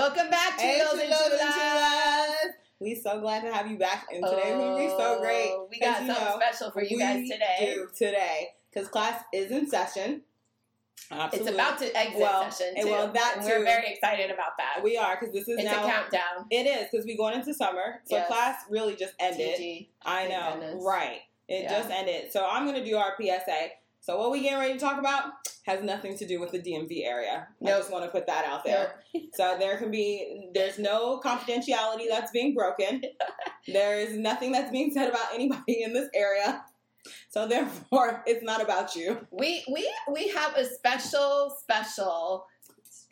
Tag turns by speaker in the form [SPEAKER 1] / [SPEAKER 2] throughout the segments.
[SPEAKER 1] Hey,
[SPEAKER 2] Chilos and
[SPEAKER 1] Chilos and
[SPEAKER 2] Chilas. We so glad to have you back, and today's gonna be so
[SPEAKER 1] Oh,
[SPEAKER 2] great.
[SPEAKER 1] We got
[SPEAKER 2] 'Cause, you
[SPEAKER 1] something
[SPEAKER 2] know,
[SPEAKER 1] special for you
[SPEAKER 2] we
[SPEAKER 1] guys today.
[SPEAKER 2] do today because class is in session. Absolutely.
[SPEAKER 1] It's about to exit
[SPEAKER 2] Well,
[SPEAKER 1] session
[SPEAKER 2] and
[SPEAKER 1] too.
[SPEAKER 2] well, that
[SPEAKER 1] and we're
[SPEAKER 2] too.
[SPEAKER 1] very excited about that.
[SPEAKER 2] we are because this is
[SPEAKER 1] it's
[SPEAKER 2] now
[SPEAKER 1] a countdown.
[SPEAKER 2] It is because we going into summer, so
[SPEAKER 1] Yes.
[SPEAKER 2] class really just ended.
[SPEAKER 1] GG.
[SPEAKER 2] I
[SPEAKER 1] Thank
[SPEAKER 2] know,
[SPEAKER 1] goodness.
[SPEAKER 2] right? It
[SPEAKER 1] Yeah.
[SPEAKER 2] just ended. So I'm gonna do our PSA. So what we getting ready to talk about has nothing to do with the DMV area. I
[SPEAKER 1] Nope.
[SPEAKER 2] just want to put that out there. So there can be there's no confidentiality that's being broken. there is nothing that's being said about anybody in this area. So therefore, it's not about you.
[SPEAKER 1] We we we have a special special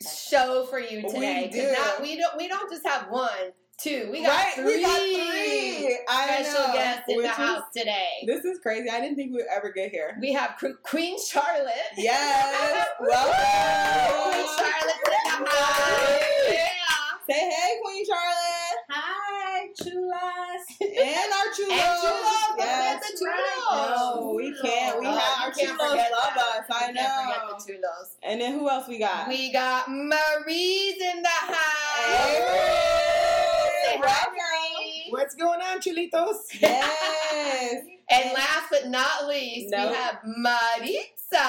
[SPEAKER 1] show for you today.
[SPEAKER 2] We do.
[SPEAKER 1] 'Cause Not, we don't we don't just have one, two. We got
[SPEAKER 2] right?
[SPEAKER 1] three.
[SPEAKER 2] We got three. I
[SPEAKER 1] Special
[SPEAKER 2] know.
[SPEAKER 1] guests in
[SPEAKER 2] Which
[SPEAKER 1] the
[SPEAKER 2] is-
[SPEAKER 1] house today.
[SPEAKER 2] This is crazy. I didn't think we would ever get here.
[SPEAKER 1] We have Qu- Queen Charlotte.
[SPEAKER 2] Yes.
[SPEAKER 1] Queen
[SPEAKER 2] Welcome.
[SPEAKER 1] Charlotte's in the house. Yeah.
[SPEAKER 2] Say hey, Queen Charlotte.
[SPEAKER 3] Hi, chulas.
[SPEAKER 2] And our chulos.
[SPEAKER 1] And chulos.
[SPEAKER 2] Yes.
[SPEAKER 1] Don't forget the
[SPEAKER 3] right.
[SPEAKER 1] chulos.
[SPEAKER 2] No, we can't. We
[SPEAKER 3] Oh,
[SPEAKER 2] have our
[SPEAKER 1] you can't
[SPEAKER 2] chulos love
[SPEAKER 1] forget that.
[SPEAKER 2] us. I
[SPEAKER 1] You
[SPEAKER 2] know.
[SPEAKER 1] can't forget the chulos.
[SPEAKER 2] And then who else we got?
[SPEAKER 1] We got Marie's in the house. Say
[SPEAKER 2] Hey,
[SPEAKER 1] hi,
[SPEAKER 2] Marie.
[SPEAKER 1] Marie.
[SPEAKER 3] What's going on, chulitos?
[SPEAKER 2] Yes.
[SPEAKER 1] And last but not least,
[SPEAKER 2] No.
[SPEAKER 1] we have Maritza.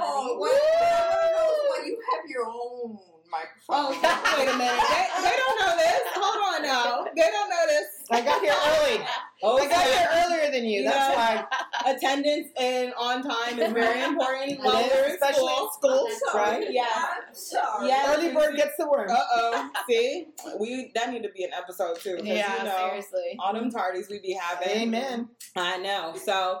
[SPEAKER 3] Oh,
[SPEAKER 2] what?
[SPEAKER 3] what? you have your own microphone.
[SPEAKER 2] Oh, wait a minute. They, they don't know this. Hold on now. They don't know this.
[SPEAKER 3] I got here early.
[SPEAKER 2] Oh,
[SPEAKER 3] I got here earlier than you. That's
[SPEAKER 2] Yeah.
[SPEAKER 3] why.
[SPEAKER 2] Attendance and on time is very important
[SPEAKER 3] It
[SPEAKER 2] while
[SPEAKER 3] is,
[SPEAKER 2] we're in
[SPEAKER 3] especially
[SPEAKER 2] school.
[SPEAKER 3] in
[SPEAKER 2] So,
[SPEAKER 3] school, right?
[SPEAKER 2] Yeah.
[SPEAKER 4] I'm sorry.
[SPEAKER 2] Yeah.
[SPEAKER 3] Early bird gets the worm.
[SPEAKER 2] Uh oh. See, we that need to be an episode too. 'cause,
[SPEAKER 1] Yeah,
[SPEAKER 2] you know,
[SPEAKER 1] seriously.
[SPEAKER 2] all them tardies we be having.
[SPEAKER 3] Amen.
[SPEAKER 2] I know. So,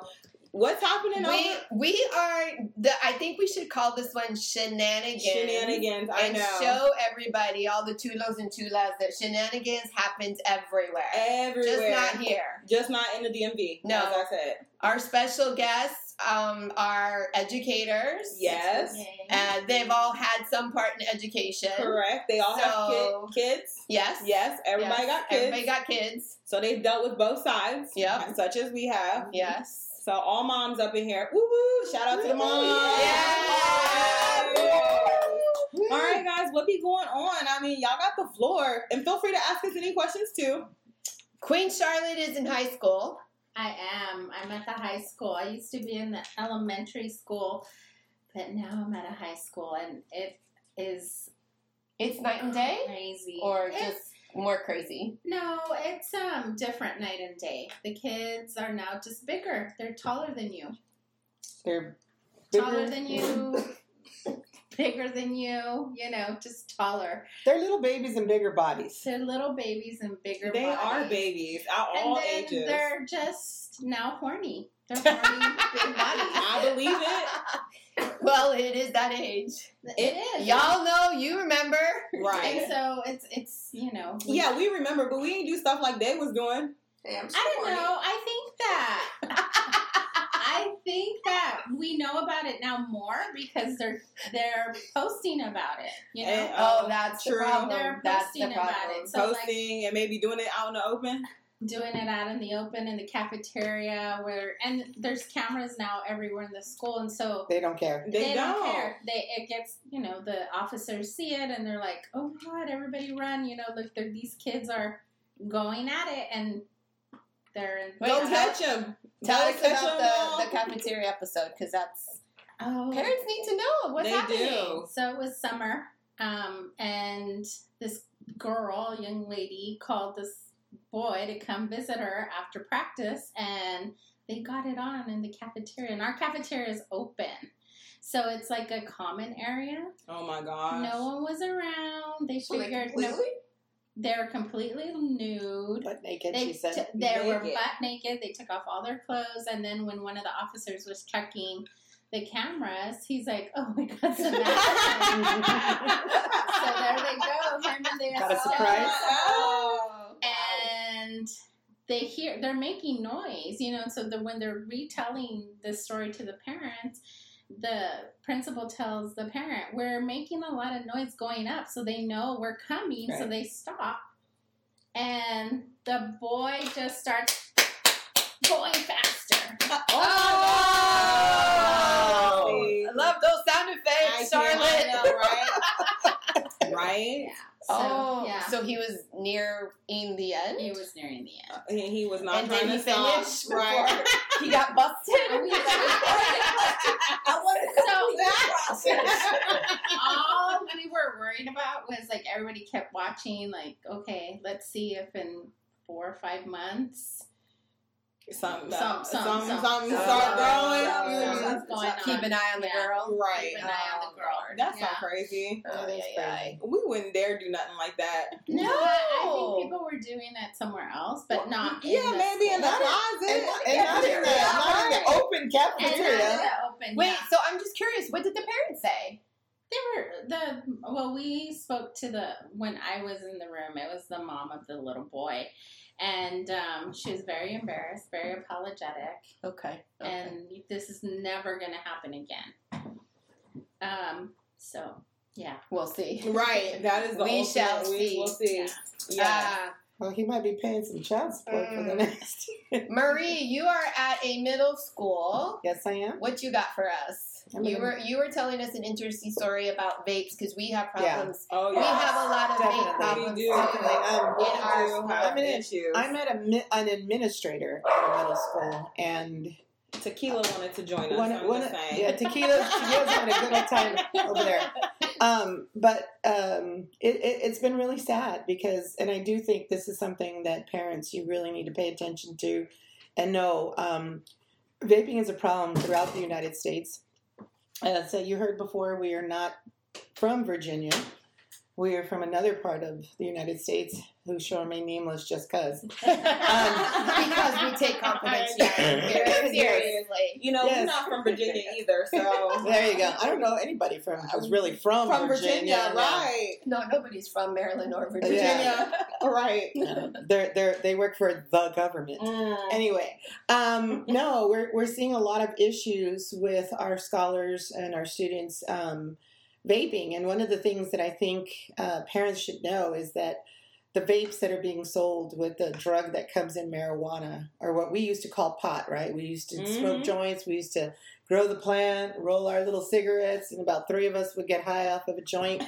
[SPEAKER 2] what's happening
[SPEAKER 1] We
[SPEAKER 2] on
[SPEAKER 1] we are the. I think we should call this one shenanigans.
[SPEAKER 2] shenanigans? I
[SPEAKER 1] and
[SPEAKER 2] know.
[SPEAKER 1] show everybody, all the chulos and chulas, that shenanigans happens everywhere.
[SPEAKER 2] Everywhere.
[SPEAKER 1] Just not here.
[SPEAKER 2] Just not in the DMV.
[SPEAKER 1] No.
[SPEAKER 2] as I said.
[SPEAKER 1] Our special guests um, are educators.
[SPEAKER 2] Yes.
[SPEAKER 1] And they've all had some part in education.
[SPEAKER 2] Correct. They all
[SPEAKER 1] So-
[SPEAKER 2] have kid, kids.
[SPEAKER 1] Yes.
[SPEAKER 2] Yes, everybody
[SPEAKER 1] Yes.
[SPEAKER 2] got kids.
[SPEAKER 1] Everybody got kids.
[SPEAKER 2] so they've dealt with both sides.
[SPEAKER 1] Yep.
[SPEAKER 2] Such as we have.
[SPEAKER 1] Yes.
[SPEAKER 2] So all moms up in here. Woo woo! Shout out to the moms.
[SPEAKER 1] Yeah.
[SPEAKER 2] All right, guys, what be going on? I mean, y'all got the floor, and feel free to ask us any questions too.
[SPEAKER 1] Queen Charlotte is in high school.
[SPEAKER 4] I am. I'm at the high school. I used to be in the elementary school, but now I'm at a high school, and it is
[SPEAKER 1] It's night and day,
[SPEAKER 4] crazy.
[SPEAKER 1] or
[SPEAKER 4] It's-
[SPEAKER 1] just more crazy.
[SPEAKER 4] no, it's um different night and day. The kids are now just bigger. They're taller than you.
[SPEAKER 2] They're
[SPEAKER 4] Taller than you. Bigger than you, you know, just taller.
[SPEAKER 3] They're little babies in bigger bodies.
[SPEAKER 4] They're little babies and bigger.
[SPEAKER 2] They are
[SPEAKER 4] bodies.
[SPEAKER 2] babies at
[SPEAKER 4] and
[SPEAKER 2] all
[SPEAKER 4] then
[SPEAKER 2] ages.
[SPEAKER 4] they're just now horny. They're horny big bodies.
[SPEAKER 2] I believe it.
[SPEAKER 1] well, it is that age.
[SPEAKER 4] It is
[SPEAKER 1] Y'all know. You remember.
[SPEAKER 2] Right.
[SPEAKER 4] And so it's it's you know we-
[SPEAKER 2] Yeah, we remember, but we didn't do stuff like they was doing.
[SPEAKER 4] I don't know. I think that I think that we know about it now more because they're they're posting about it. You know,
[SPEAKER 2] And,
[SPEAKER 1] Oh,
[SPEAKER 2] um,
[SPEAKER 1] that's the
[SPEAKER 2] true.
[SPEAKER 1] problem.
[SPEAKER 4] They're
[SPEAKER 1] that's the
[SPEAKER 4] posting about
[SPEAKER 1] problem.
[SPEAKER 4] it. So, like-
[SPEAKER 2] posting and maybe doing it out in the open.
[SPEAKER 4] doing it out in the open in the cafeteria where and there's cameras now everywhere in the school, and so
[SPEAKER 3] They don't care.
[SPEAKER 2] They, don't.
[SPEAKER 4] care. They it gets you know the officers see it and they're like, oh my god, everybody run! You know, look, they're- these kids are going at it and they're in.
[SPEAKER 1] Wait,
[SPEAKER 2] Go
[SPEAKER 1] tell-
[SPEAKER 2] catch them.
[SPEAKER 1] Tell us about the, the cafeteria episode because that's
[SPEAKER 4] oh,
[SPEAKER 1] parents need to know what's
[SPEAKER 2] They
[SPEAKER 1] happening.
[SPEAKER 2] do.
[SPEAKER 4] So it was summer, um, and this girl, young lady, called this boy to come visit her after practice, and they got it on in the cafeteria. And our cafeteria is open, so it's like a common area.
[SPEAKER 2] Oh my gosh.
[SPEAKER 4] No one was around. They
[SPEAKER 3] So they
[SPEAKER 4] figured no-
[SPEAKER 3] completely
[SPEAKER 4] they're completely nude.
[SPEAKER 3] Butt naked,
[SPEAKER 4] They,
[SPEAKER 3] she said.
[SPEAKER 4] t- they were
[SPEAKER 2] Naked.
[SPEAKER 4] butt naked. They took off all their clothes, and then when one of the officers was checking the cameras, he's like, "Oh my god, Samantha!" so there they go. Hernandez.
[SPEAKER 3] Got a surprise?
[SPEAKER 2] Oh.
[SPEAKER 4] And they hear they're making noise, you know. So the, when they're retelling the story to the parents, the principal tells the parent, "We're making a lot of noise going up, so they know we're coming." So
[SPEAKER 3] Right.
[SPEAKER 4] they stop, and the boy just starts going faster.
[SPEAKER 2] Oh my gosh.
[SPEAKER 1] I love those sound
[SPEAKER 2] I
[SPEAKER 1] effects,
[SPEAKER 2] can't- I
[SPEAKER 1] Charlotte.
[SPEAKER 2] know, right? right?
[SPEAKER 1] oh,
[SPEAKER 4] yeah.
[SPEAKER 1] so he was near in the end.
[SPEAKER 4] It was nearing the end.
[SPEAKER 2] He, he was not
[SPEAKER 1] and
[SPEAKER 2] trying
[SPEAKER 1] did he
[SPEAKER 2] to stop.
[SPEAKER 1] finish
[SPEAKER 2] Right.
[SPEAKER 1] before he got busted?
[SPEAKER 4] Oh, yeah.
[SPEAKER 3] I want to complete that process.
[SPEAKER 4] All we were worried about was like everybody kept watching, like, okay, let's see if in four or five months
[SPEAKER 2] Some,
[SPEAKER 4] Some-
[SPEAKER 2] some, some,
[SPEAKER 4] some-
[SPEAKER 2] some,
[SPEAKER 4] some-
[SPEAKER 3] some-
[SPEAKER 2] start growing.
[SPEAKER 3] some-
[SPEAKER 2] Mhm.
[SPEAKER 3] some-
[SPEAKER 4] something's going on.
[SPEAKER 1] Keep an eye on the
[SPEAKER 4] Yeah.
[SPEAKER 1] girl.
[SPEAKER 2] Right. Oh,
[SPEAKER 4] Keep an eye on the girl.
[SPEAKER 2] That's
[SPEAKER 4] yeah.
[SPEAKER 2] so crazy.
[SPEAKER 1] Oh,
[SPEAKER 2] That's
[SPEAKER 1] yeah, yeah.
[SPEAKER 2] crazy. We wouldn't dare do nothing like that.
[SPEAKER 4] No, I
[SPEAKER 1] No.
[SPEAKER 4] think people were doing it somewhere else, but not. in
[SPEAKER 2] yeah,
[SPEAKER 4] the
[SPEAKER 2] maybe in the
[SPEAKER 4] school.
[SPEAKER 2] closet.
[SPEAKER 3] not
[SPEAKER 2] And not in the,
[SPEAKER 1] cafeteria.
[SPEAKER 2] not in the open
[SPEAKER 4] And not
[SPEAKER 2] cafeteria.
[SPEAKER 4] in the open.
[SPEAKER 1] Wait,
[SPEAKER 4] yeah.
[SPEAKER 1] so I'm just curious. What did the parents say?
[SPEAKER 4] They were the well. We spoke to the when I was in the room. It was the mom of the little boy, and um, she was very embarrassed, very apologetic,
[SPEAKER 1] Okay.
[SPEAKER 4] and this is never going to happen again. Um. So yeah.
[SPEAKER 1] we'll see.
[SPEAKER 2] Right. That is the
[SPEAKER 1] We
[SPEAKER 2] ultimate.
[SPEAKER 1] shall
[SPEAKER 2] we
[SPEAKER 1] see.
[SPEAKER 2] will see.
[SPEAKER 4] Yeah.
[SPEAKER 2] Yeah.
[SPEAKER 1] Uh,
[SPEAKER 2] well, he might be paying some child support for the
[SPEAKER 3] Mm.
[SPEAKER 2] next.
[SPEAKER 1] Uh, Marie, you are at a middle school.
[SPEAKER 2] yes, I am.
[SPEAKER 1] What you got for us?
[SPEAKER 2] I'm
[SPEAKER 1] You
[SPEAKER 2] gonna-
[SPEAKER 1] were you were telling us an interesting story about vapes because we have
[SPEAKER 2] Yeah.
[SPEAKER 1] problems.
[SPEAKER 2] Oh,
[SPEAKER 1] We
[SPEAKER 2] yeah.
[SPEAKER 1] have a lot of vape
[SPEAKER 2] Definitely.
[SPEAKER 1] problems.
[SPEAKER 2] We do. Definitely. Um, we
[SPEAKER 1] in our
[SPEAKER 2] do
[SPEAKER 1] school.
[SPEAKER 2] have
[SPEAKER 1] an
[SPEAKER 2] issues. I met a, mi- an administrator at a middle school, and Tequila wanted to join us. one, I'm one, just saying.
[SPEAKER 4] yeah.
[SPEAKER 2] yeah, tequila, tequila's having a good old time over there. Um, but um, it, it, it's been really sad because, and I do think this is something that parents you really need to pay attention to and know. Um, vaping is a problem throughout the United States. Uh, so you heard before, we are not from Virginia. We are from another part of the United States who shall remain nameless just cause.
[SPEAKER 5] Um,
[SPEAKER 1] because we take confidentiality very seriously.
[SPEAKER 2] You know,
[SPEAKER 5] we're
[SPEAKER 2] not from Virginia either, so.
[SPEAKER 5] There you go. I don't know anybody from. I was really from,
[SPEAKER 2] from Virginia,
[SPEAKER 5] no.
[SPEAKER 2] right?
[SPEAKER 1] No, nobody's from Maryland or Virginia.
[SPEAKER 2] Virginia, right?
[SPEAKER 5] No. They're they they work for the government.
[SPEAKER 2] Mm. Anyway, um, no, we're we're seeing a lot of issues with our scholars and our students um, vaping, and one of the things that I think uh, parents should know is that the vapes that are being sold with the drug that comes in marijuana or what we used to call pot, right? We used to smoke Mhm.
[SPEAKER 5] joints. We used to grow the plant, roll our little cigarettes, and about three of us would get high off of a joint.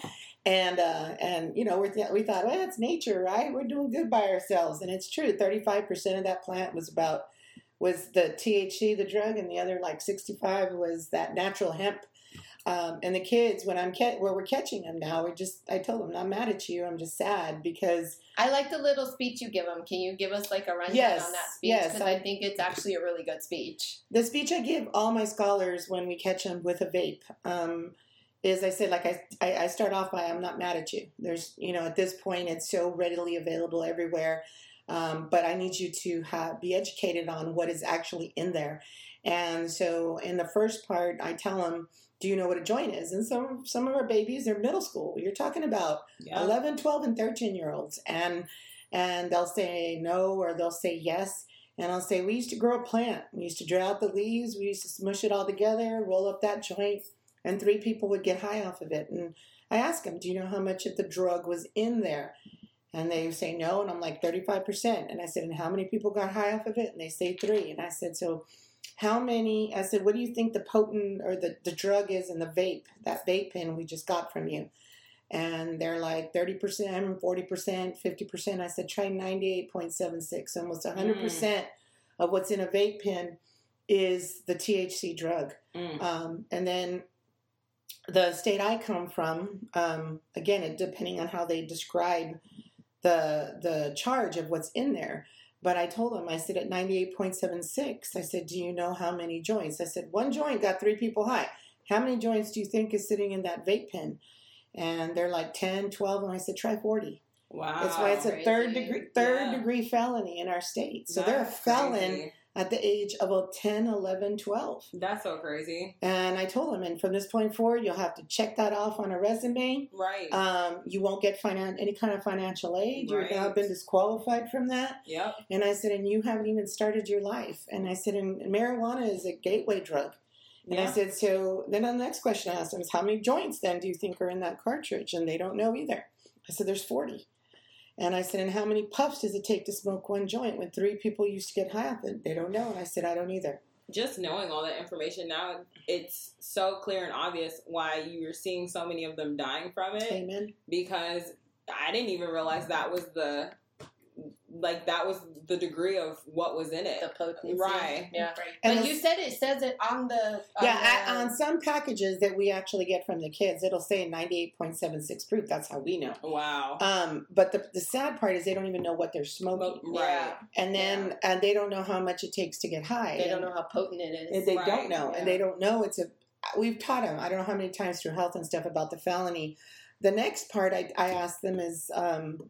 [SPEAKER 5] And uh, and you know we're th- we thought well that's nature right we're doing good by ourselves and it's true thirty five percent of that plant was about was the THC the drug and the other like sixty five was that natural hemp um, and the kids when I'm ca- where we're catching them now we just I told them I'm not mad at you I'm just sad because
[SPEAKER 1] I like the little speech you give them. Can you give us like a rundown
[SPEAKER 5] Yes,
[SPEAKER 1] on that speech?
[SPEAKER 5] yes,
[SPEAKER 1] I,
[SPEAKER 5] I-
[SPEAKER 1] think it's actually a really good speech.
[SPEAKER 5] the speech I give all my scholars when we catch them with a vape um, is I said, like, I, I, I start off by, I'm not mad at you. There's, you know, at this point, it's so readily available everywhere. Um, but I need you to have, be educated on what is actually in there. And so in the first part, I tell them, do you know what a joint is? And some, some of our babies, they're middle school. You're talking about 11 12 and 13 year olds and and they'll say no or they'll say yes and i'll say we used to grow a plant we used to dry out the leaves we used to smush it all together roll up that joint and three people would get high off of it and i ask them do you know how much of the drug was in there and they say no and i'm like 35% and i said and how many people got high off of it and they say three and i said so how many i said what do you think the potent or the, the drug is in the vape that vape pen we just got from you and they're like 30%, 40%, 50%. I said, try 98.76, almost 100% of what's in a vape pen is the THC drug.
[SPEAKER 2] Mm.
[SPEAKER 5] Um, and then the state I come from, um, again, it, depending on how they describe the, the charge of what's in there. But I told them, I said at 98.76, I said, do you know how many joints? I said, one joint got three people high. How many joints do you think is sitting in that vape pen? and they're like 10 12 and i said try 40
[SPEAKER 2] wow.
[SPEAKER 5] that's why it's a
[SPEAKER 4] crazy.
[SPEAKER 5] third degree third
[SPEAKER 2] Yeah.
[SPEAKER 5] degree felony in our state so they're a
[SPEAKER 2] That's
[SPEAKER 5] felon
[SPEAKER 2] crazy.
[SPEAKER 5] at the age of uh, 10 11 12
[SPEAKER 2] That's so crazy,
[SPEAKER 5] and i told them and from this point forward you'll have to check that off on a resume
[SPEAKER 2] right?
[SPEAKER 5] um, you won't get finan- any kind of financial aid you've now
[SPEAKER 2] Right.
[SPEAKER 5] been disqualified from that
[SPEAKER 2] yep.
[SPEAKER 5] and I said, and you haven't even started your life. And I said, and marijuana is a gateway drug. And I
[SPEAKER 2] Yeah.
[SPEAKER 5] said, so then the next question I asked them is, how many joints then do you think are in that cartridge? And they don't know either. I said, there's 40. And I said, and how many puffs does it take to smoke one joint? When three people used to get high off it, they don't know. And I said, I don't either.
[SPEAKER 2] just knowing all that information now it's so clear and obvious why you're seeing so many of them dying from it
[SPEAKER 5] Amen.
[SPEAKER 2] because I didn't even realize that was the like that was the degree of what was in it.
[SPEAKER 1] the potency.
[SPEAKER 2] Right.
[SPEAKER 1] Yeah.
[SPEAKER 5] And
[SPEAKER 1] but
[SPEAKER 5] it's-
[SPEAKER 1] you said it says it on the. On
[SPEAKER 5] yeah,
[SPEAKER 1] the-
[SPEAKER 5] I, on some packages that we actually get from the kids, it'll say 98.76 proof. That's how we know.
[SPEAKER 2] Wow.
[SPEAKER 5] Um, but the, the sad part is they don't even know what they're smoking.
[SPEAKER 2] Mo-
[SPEAKER 1] yeah.
[SPEAKER 5] And then and they don't know how much it takes to get high.
[SPEAKER 1] They don't
[SPEAKER 5] And-
[SPEAKER 1] know how potent it
[SPEAKER 5] and
[SPEAKER 1] is.
[SPEAKER 5] they
[SPEAKER 2] Right,
[SPEAKER 5] don't know.
[SPEAKER 1] yeah.
[SPEAKER 5] And they don't know it's a. We've taught them, I don't know how many times through health and stuff about the felony. The next part I, I asked them is, um,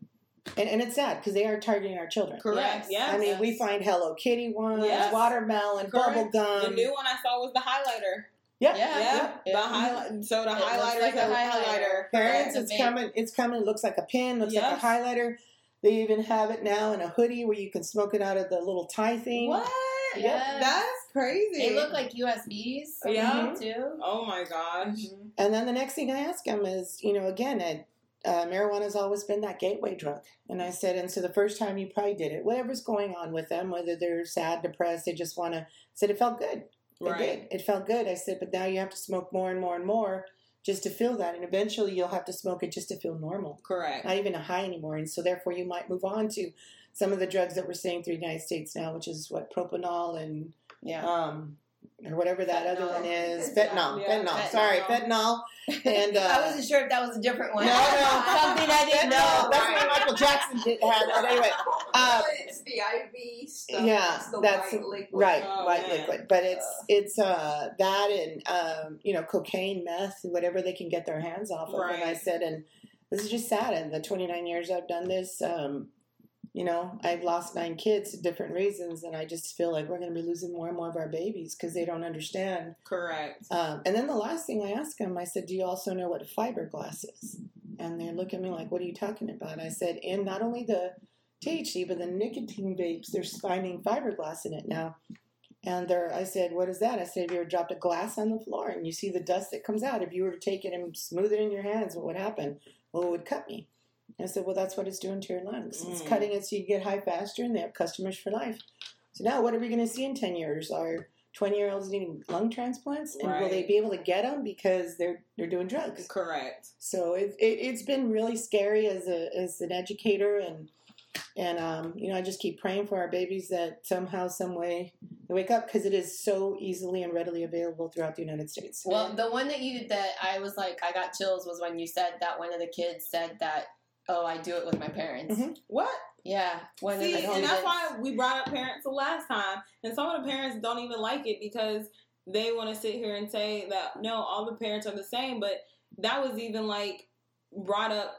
[SPEAKER 5] and, and it's sad because they are targeting our children.
[SPEAKER 2] Correct.
[SPEAKER 1] Yes.
[SPEAKER 2] Yeah.
[SPEAKER 5] I mean, we
[SPEAKER 1] Yes.
[SPEAKER 5] find Hello Kitty ones,
[SPEAKER 2] Yes.
[SPEAKER 5] watermelon,
[SPEAKER 2] Correct.
[SPEAKER 5] bubble
[SPEAKER 2] the
[SPEAKER 5] gum.
[SPEAKER 2] new one I saw was the highlighter.
[SPEAKER 5] yeah.
[SPEAKER 1] um, Yeah.
[SPEAKER 2] Yeah. The
[SPEAKER 1] Yeah.
[SPEAKER 2] highlight. So the
[SPEAKER 1] looks
[SPEAKER 2] highlighter
[SPEAKER 1] like
[SPEAKER 2] is a
[SPEAKER 1] a
[SPEAKER 2] highlighter.
[SPEAKER 1] highlighter.
[SPEAKER 5] Parents,
[SPEAKER 1] Yeah,
[SPEAKER 5] it's
[SPEAKER 1] the vape.
[SPEAKER 5] coming. It's coming. It looks like a pin. Looks
[SPEAKER 2] Yes.
[SPEAKER 5] like a highlighter. They even have it now in a hoodie where you can smoke it out of the little tie thing.
[SPEAKER 2] What?
[SPEAKER 1] Yes.
[SPEAKER 2] That's crazy.
[SPEAKER 1] They look like USBs.
[SPEAKER 2] Yeah.
[SPEAKER 1] Too.
[SPEAKER 2] Oh my gosh.
[SPEAKER 5] And then the next thing I ask them is, you know, again, I, uh, marijuana's always been that gateway drug. And I said, and so the first time you probably did it, whatever's going on with them, whether they're sad, depressed, they just want to. Said it felt good.
[SPEAKER 1] Mm-hmm.
[SPEAKER 5] It
[SPEAKER 2] Right.
[SPEAKER 5] did. It felt good. I said, but now you have to smoke more and more and more just to feel that, and eventually you'll have to smoke it just to feel normal.
[SPEAKER 2] Correct.
[SPEAKER 5] not even a high anymore. And so therefore you might move on to some of the drugs that we're seeing through the United States now, which is what propanol and
[SPEAKER 1] Yeah.
[SPEAKER 5] um or whatever that other
[SPEAKER 1] Fentanyl.
[SPEAKER 5] one is.
[SPEAKER 3] Yeah.
[SPEAKER 5] Fentanyl.
[SPEAKER 2] Yeah,
[SPEAKER 5] fentanyl.
[SPEAKER 1] fentanyl.
[SPEAKER 5] Sorry, fentanyl. And uh
[SPEAKER 1] I wasn't sure if that was a different one.
[SPEAKER 5] No, no.
[SPEAKER 1] Something I didn't
[SPEAKER 5] fentanyl.
[SPEAKER 1] know.
[SPEAKER 5] That's what Michael Jackson did have. But anyway. Uh,
[SPEAKER 3] But it's the IV stuff.
[SPEAKER 5] yeah,
[SPEAKER 3] it's the
[SPEAKER 5] that's-
[SPEAKER 3] white liquid.
[SPEAKER 5] Right,
[SPEAKER 2] Oh,
[SPEAKER 5] white
[SPEAKER 2] man.
[SPEAKER 5] liquid. But it's it's uh that and um, you know, cocaine, meth, whatever they can get their hands off of.
[SPEAKER 2] Right.
[SPEAKER 5] And I said, and this is just sad in the twenty nine years I've done this, um, you know, I've lost nine kids to different reasons and I just feel like we're gonna be losing more and more of our babies because they don't understand.
[SPEAKER 2] Correct.
[SPEAKER 5] Um, and then the last thing I asked them, I said, Do you also know what fiberglass is? And they look at me like, What are you talking about? I said, In not only the THC, but the nicotine vapes, they're finding fiberglass in it now. And they're, I said, What is that? I said, Have you ever dropped a glass on the floor and you see the dust that comes out? If you were to take it and smooth it in your hands, what would happen? Well, it would cut me. I said, Well, that's what it's doing to your lungs. It's
[SPEAKER 2] Mm.
[SPEAKER 5] cutting it so you get high faster and they have customers for life. So now, what are we going to see in 10 years? Are 20 year olds needing lung transplants? And will they
[SPEAKER 2] Right.
[SPEAKER 5] be able to get them because they're, they're doing drugs?
[SPEAKER 2] Correct.
[SPEAKER 5] So it, it, it's been really scary as, a, as an educator. And, and um, you know, I just keep praying for our babies that somehow, some way they wake up because it is so easily and readily available throughout the United States.
[SPEAKER 1] Well, the one that you that I was like, I got chills was when you said that one of the kids said that, "Oh, I do it with my parents."
[SPEAKER 5] Mhm.
[SPEAKER 2] What?
[SPEAKER 1] Yeah, one
[SPEAKER 2] Mm-hmm. See,
[SPEAKER 1] of the
[SPEAKER 2] and that's
[SPEAKER 1] students.
[SPEAKER 2] why we brought up parents the last time, and some of the parents don't even like it because they want to sit here and say that no, all the parents are the same. But that was even like brought up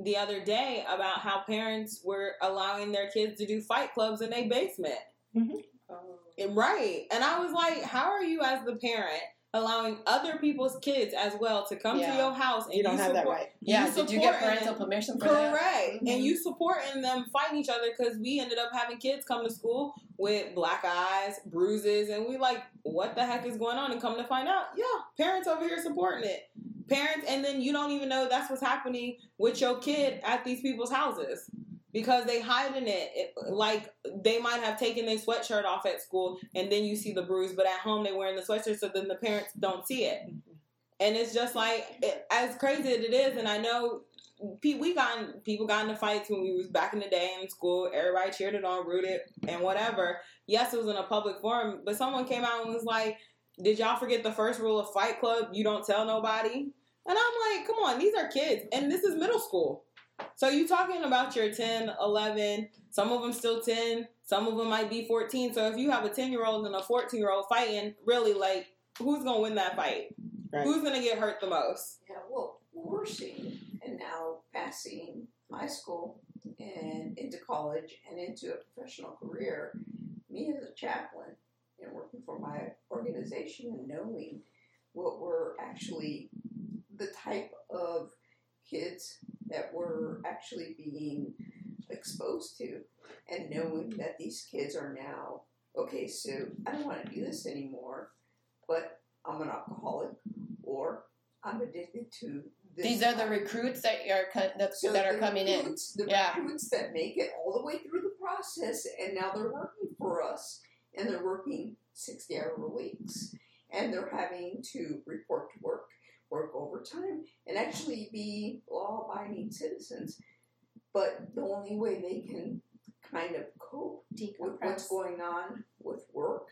[SPEAKER 2] the other day about how parents were allowing their kids to do fight clubs in their basement, And- right? And I was like, how are you as the parent? Allowing other people's kids as well to come to
[SPEAKER 1] Yeah.
[SPEAKER 2] your house and
[SPEAKER 5] you don't have that
[SPEAKER 2] support-
[SPEAKER 5] right.
[SPEAKER 1] Yeah,
[SPEAKER 2] you
[SPEAKER 1] did you get
[SPEAKER 2] support and-
[SPEAKER 1] parental permission for that?
[SPEAKER 2] Correct.
[SPEAKER 1] Mhm.
[SPEAKER 2] And you supporting them fighting each other because we ended up having kids come to school with black eyes, bruises, and we like, what the heck is going on? And come to find out, yeah, parents over here supporting it. Parents, and then you don't even know that's what's happening with your kid at these people's houses because they hiding it. it like they might have taken their sweatshirt off at school, and then you see the bruise, but at home they wearing the sweatshirt, so then the parents don't see it. And it's just like it, as crazy as it is, and I know pe- we got people got into fights when we was back in the day in school. Everybody cheered it on, rooted, and whatever. Yes, it was in a public forum, but someone came out and was like, "Did y'all forget the first rule of Fight Club? You don't tell nobody." And I'm like, "Come on, these are kids, and this is middle school." So you talking about your 10, 11, some of them still 10, some of them might be 14. So if you have a 10-year-old and a 14-year-old fighting, really like who's going to win that fight?
[SPEAKER 5] Right.
[SPEAKER 2] Who's going to get hurt the most?
[SPEAKER 3] Yeah, well, we're seeing and now passing high school and into college and into a professional career. Me as a chaplain and working for my organization and knowing what were actually the type of kids that were actually being exposed to and knowing that these kids are now okay so i don't want to do this anymore but i'm an alcoholic or I'm addicted to this.
[SPEAKER 1] These are the recruits that are co- that,
[SPEAKER 3] So
[SPEAKER 1] that are
[SPEAKER 3] the
[SPEAKER 1] coming in.
[SPEAKER 3] recruits- The
[SPEAKER 1] Yeah.
[SPEAKER 3] recruits that make it all the way through the process, and now they're working for us, and they're working 60 hour weeks, and they're having to report to work work overtime, and actually be law abiding citizens. But the only way they can kind of cope with
[SPEAKER 4] decompress.
[SPEAKER 3] what's going on with work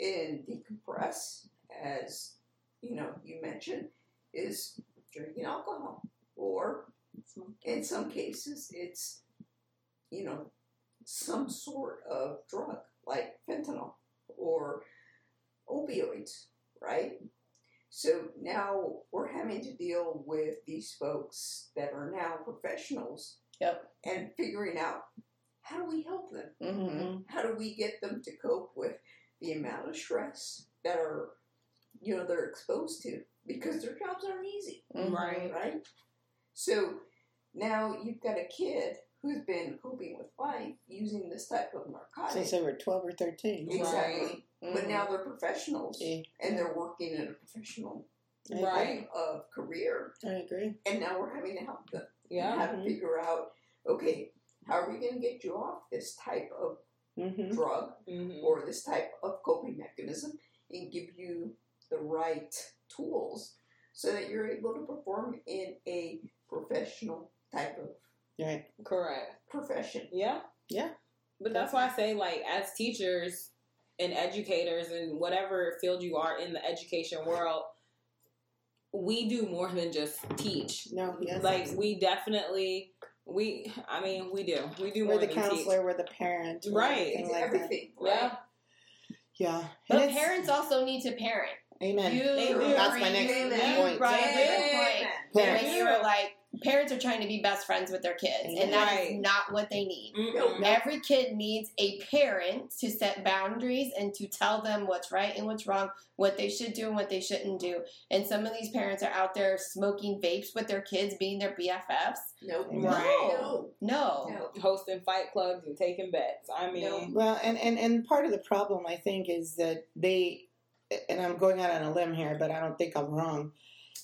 [SPEAKER 3] and decompress, as you know, you mentioned, is drinking alcohol. Or in some cases, it's, you know, some sort of drug like fentanyl or opioids, right? So now we're having to deal with these folks that are now professionals
[SPEAKER 1] Yep.
[SPEAKER 3] and figuring out how do we help them?
[SPEAKER 1] Mm-hmm.
[SPEAKER 3] how do we get them to cope with the amount of stress that are you know they're exposed to because their jobs aren't easy
[SPEAKER 2] Right.
[SPEAKER 3] right so now you've got a kid who's been coping with life using this type of narcotic
[SPEAKER 5] Since they were 12 or 13.
[SPEAKER 3] exactly
[SPEAKER 1] Mhm.
[SPEAKER 2] Mm-hmm.
[SPEAKER 3] but now they're professionals
[SPEAKER 5] Yeah.
[SPEAKER 3] and they're working in a professional
[SPEAKER 5] I-
[SPEAKER 2] Right.
[SPEAKER 3] of career
[SPEAKER 5] I agree.
[SPEAKER 3] and now we're having to help them
[SPEAKER 2] Yeah.
[SPEAKER 3] how to figure out okay how are we going to get you off this type of
[SPEAKER 5] Mm-hmm.
[SPEAKER 3] drug
[SPEAKER 2] Mhm.
[SPEAKER 3] or this type of coping mechanism and give you the right tools so that you're able to perform in a professional type of
[SPEAKER 5] Right.
[SPEAKER 2] Correct.
[SPEAKER 3] profession.
[SPEAKER 2] Yeah.
[SPEAKER 5] Yeah.
[SPEAKER 2] But that's why I say, like, as teachers and educators and whatever field you are in the education world, we do more than just teach.
[SPEAKER 5] No, yes.
[SPEAKER 2] Like, we definitely, we, I mean, we do. We do
[SPEAKER 5] we're
[SPEAKER 2] more
[SPEAKER 5] the
[SPEAKER 2] than
[SPEAKER 5] counselor, we're the parent. we're
[SPEAKER 2] Right.
[SPEAKER 5] everything
[SPEAKER 3] It's
[SPEAKER 5] like that.
[SPEAKER 3] everything.
[SPEAKER 2] teach. Yeah.
[SPEAKER 3] right?
[SPEAKER 5] Yeah. And
[SPEAKER 1] But
[SPEAKER 5] it's-
[SPEAKER 1] parents also need to parent.
[SPEAKER 5] Amen.
[SPEAKER 1] You,
[SPEAKER 2] They do.
[SPEAKER 5] That's my
[SPEAKER 1] bring-
[SPEAKER 5] next
[SPEAKER 1] you
[SPEAKER 5] point.
[SPEAKER 1] brought up a good
[SPEAKER 3] Amen.
[SPEAKER 1] point.
[SPEAKER 5] Parents.
[SPEAKER 1] When you were like, parents are trying to be best friends with their kids, and that is
[SPEAKER 2] Right.
[SPEAKER 1] not what they need.
[SPEAKER 2] Mm-mm.
[SPEAKER 1] Every kid needs a parent to set boundaries and to tell them what's right and what's wrong, what they should do and what they shouldn't do. And some of these parents are out there smoking vapes with their kids, being their BFFs.
[SPEAKER 3] Nope.
[SPEAKER 2] Right.
[SPEAKER 3] No.
[SPEAKER 1] No.
[SPEAKER 3] No.
[SPEAKER 2] Hosting fight clubs and taking bets. I mean,
[SPEAKER 5] Well, and, and, and part of the problem, I think, is that they, and I'm going out on a limb here, but I don't think I'm wrong,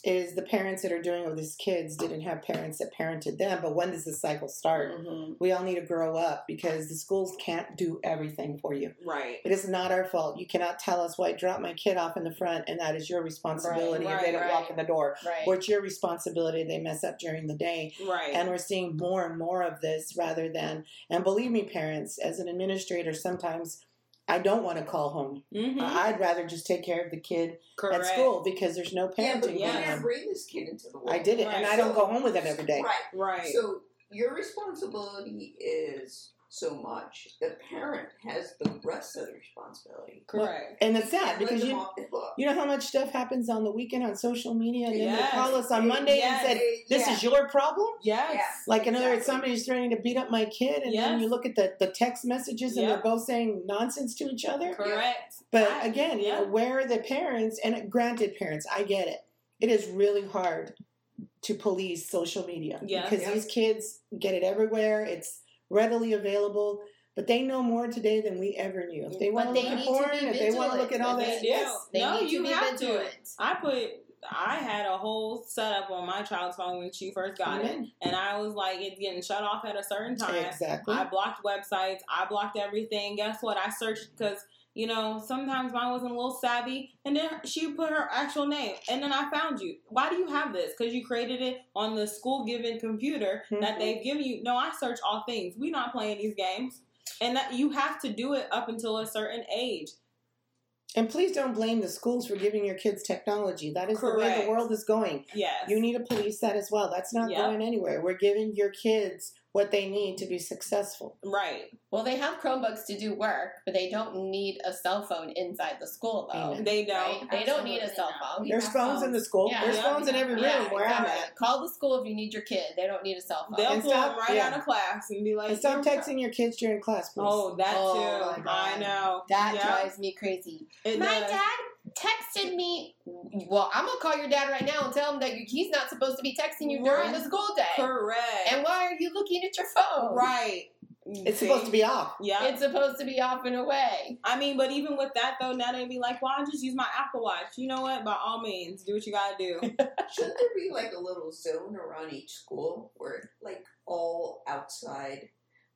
[SPEAKER 5] is the parents that are doing it with these kids didn't have parents that parented them. But when does this cycle start?
[SPEAKER 1] Mhm.
[SPEAKER 5] We all need to grow up because the schools can't do everything for you.
[SPEAKER 2] right.
[SPEAKER 5] It is not our fault. You cannot tell us, well, I dropped my kid off in the front, and that is your responsibility if they
[SPEAKER 2] right,
[SPEAKER 5] don't walk
[SPEAKER 1] right.
[SPEAKER 5] in the door.
[SPEAKER 1] Right.
[SPEAKER 5] Or it's your responsibility they mess up during the day
[SPEAKER 2] Right.
[SPEAKER 5] and we're seeing more and more of this rather than and believe me parents as an administrator sometimes i don't want to call home
[SPEAKER 2] mm-hmm.
[SPEAKER 5] I- i'd rather just take care of the kid
[SPEAKER 2] Correct.
[SPEAKER 5] at uh, school because there's no
[SPEAKER 3] Yeah, but
[SPEAKER 5] parenting
[SPEAKER 3] you
[SPEAKER 2] yeah.
[SPEAKER 5] going
[SPEAKER 3] didn't
[SPEAKER 5] on.
[SPEAKER 3] bring this kid into the world.
[SPEAKER 5] i did it and
[SPEAKER 2] Right.
[SPEAKER 5] i don't go home with them every day
[SPEAKER 3] Right.
[SPEAKER 2] Right.
[SPEAKER 3] So your responsibility is so much. The parent has the rest of the responsibility.
[SPEAKER 2] Correct.
[SPEAKER 5] and it's sad
[SPEAKER 3] Let
[SPEAKER 5] because
[SPEAKER 3] them
[SPEAKER 5] you
[SPEAKER 3] off the hook.
[SPEAKER 5] you know how much stuff happens on the weekend on social media and then
[SPEAKER 2] Yes.
[SPEAKER 5] they call us on monday
[SPEAKER 2] Yes.
[SPEAKER 5] and said this
[SPEAKER 3] Yeah.
[SPEAKER 5] is your problem
[SPEAKER 2] Yes.
[SPEAKER 5] like in other words
[SPEAKER 3] Exactly.
[SPEAKER 5] somebody's threatening to beat up my kid and then
[SPEAKER 2] Yes.
[SPEAKER 5] you look at the, the text messages and
[SPEAKER 2] Yeah.
[SPEAKER 5] they're both saying nonsense to each other
[SPEAKER 2] Correct.
[SPEAKER 5] But
[SPEAKER 2] I-
[SPEAKER 5] again, you know,
[SPEAKER 2] yeah.
[SPEAKER 5] where are the parents? And granted, parents, I get it. It is really hard to police social media
[SPEAKER 2] Yeah.
[SPEAKER 5] because
[SPEAKER 3] Yeah.
[SPEAKER 5] these kids get it everywhere. It's readily available, but they know more today than we ever knew. If they want
[SPEAKER 1] But
[SPEAKER 5] to
[SPEAKER 1] they
[SPEAKER 5] look at
[SPEAKER 1] need to
[SPEAKER 5] porn,
[SPEAKER 1] be
[SPEAKER 5] if they want to look at all
[SPEAKER 1] vigilant.
[SPEAKER 2] They
[SPEAKER 5] that,
[SPEAKER 2] do.
[SPEAKER 5] yes,
[SPEAKER 1] They
[SPEAKER 2] No,
[SPEAKER 1] need
[SPEAKER 2] you
[SPEAKER 1] to be
[SPEAKER 2] have to.
[SPEAKER 1] vigilant.
[SPEAKER 2] I put I had a whole setup on my child's phone when she first got it.
[SPEAKER 5] amen.
[SPEAKER 2] And I was like, it's getting shut off at a certain time.
[SPEAKER 5] exactly.
[SPEAKER 2] I blocked websites, I blocked everything. Guess what? I searched because you know, sometimes mine wasn't a little savvy, and then she put her actual name, and then I found you. Why do you have this? Because you created it on the school given computer that
[SPEAKER 5] Mhm.
[SPEAKER 2] they've given you. No, I search all things. we not playing these games, and that you have to do it up until a certain age.
[SPEAKER 5] and please don't blame the schools for giving your kids technology. That is the way
[SPEAKER 2] Correct.
[SPEAKER 5] the world is going.
[SPEAKER 2] Yes,
[SPEAKER 5] You need to police that as well. That's not
[SPEAKER 2] Yeah.
[SPEAKER 5] going anywhere. We're giving your kids what they need to be successful.
[SPEAKER 2] right.
[SPEAKER 1] Well, they have Chromebooks to do work, but they don't need a cell phone inside the school, though.
[SPEAKER 5] Amen.
[SPEAKER 2] They don't.
[SPEAKER 1] Right? They don't need a cell
[SPEAKER 4] Absolutely not.
[SPEAKER 1] phone.
[SPEAKER 4] We
[SPEAKER 5] There's
[SPEAKER 4] have
[SPEAKER 5] phones in the school.
[SPEAKER 1] Yeah,
[SPEAKER 5] There's
[SPEAKER 2] yeah,
[SPEAKER 5] phones in
[SPEAKER 4] yeah.
[SPEAKER 5] every room
[SPEAKER 1] Yeah,
[SPEAKER 5] where I'm
[SPEAKER 1] exactly.
[SPEAKER 5] at.
[SPEAKER 1] Call the school if you need your kid. They don't need a cell phone.
[SPEAKER 2] They'll
[SPEAKER 5] And
[SPEAKER 2] pull
[SPEAKER 5] stop-
[SPEAKER 2] them right
[SPEAKER 5] yeah.
[SPEAKER 2] out of class and be like,
[SPEAKER 5] And stop
[SPEAKER 2] "You're-
[SPEAKER 5] texting your kids during class, please.
[SPEAKER 2] Oh, that
[SPEAKER 1] Oh, my
[SPEAKER 2] too.
[SPEAKER 1] God.
[SPEAKER 2] I know.
[SPEAKER 1] That
[SPEAKER 2] Yeah.
[SPEAKER 1] drives me crazy.
[SPEAKER 2] It
[SPEAKER 1] My
[SPEAKER 2] does.
[SPEAKER 1] dad texted me. Well, I'm gonna call your dad right now and tell him that you- he's not supposed to be texting you during
[SPEAKER 2] Right.
[SPEAKER 1] the school day.
[SPEAKER 2] Correct. Oh.
[SPEAKER 1] And why are you looking at your phone?
[SPEAKER 2] right.
[SPEAKER 5] it's supposed to be off.
[SPEAKER 2] Yeah.
[SPEAKER 1] It's supposed to be off and away.
[SPEAKER 2] I mean, but even with that though, now they'd be like, "Well, I just use my Apple Watch." You know what? By all means, do what you gotta do.
[SPEAKER 3] Shouldn't there be like a little zone around each school where like all outside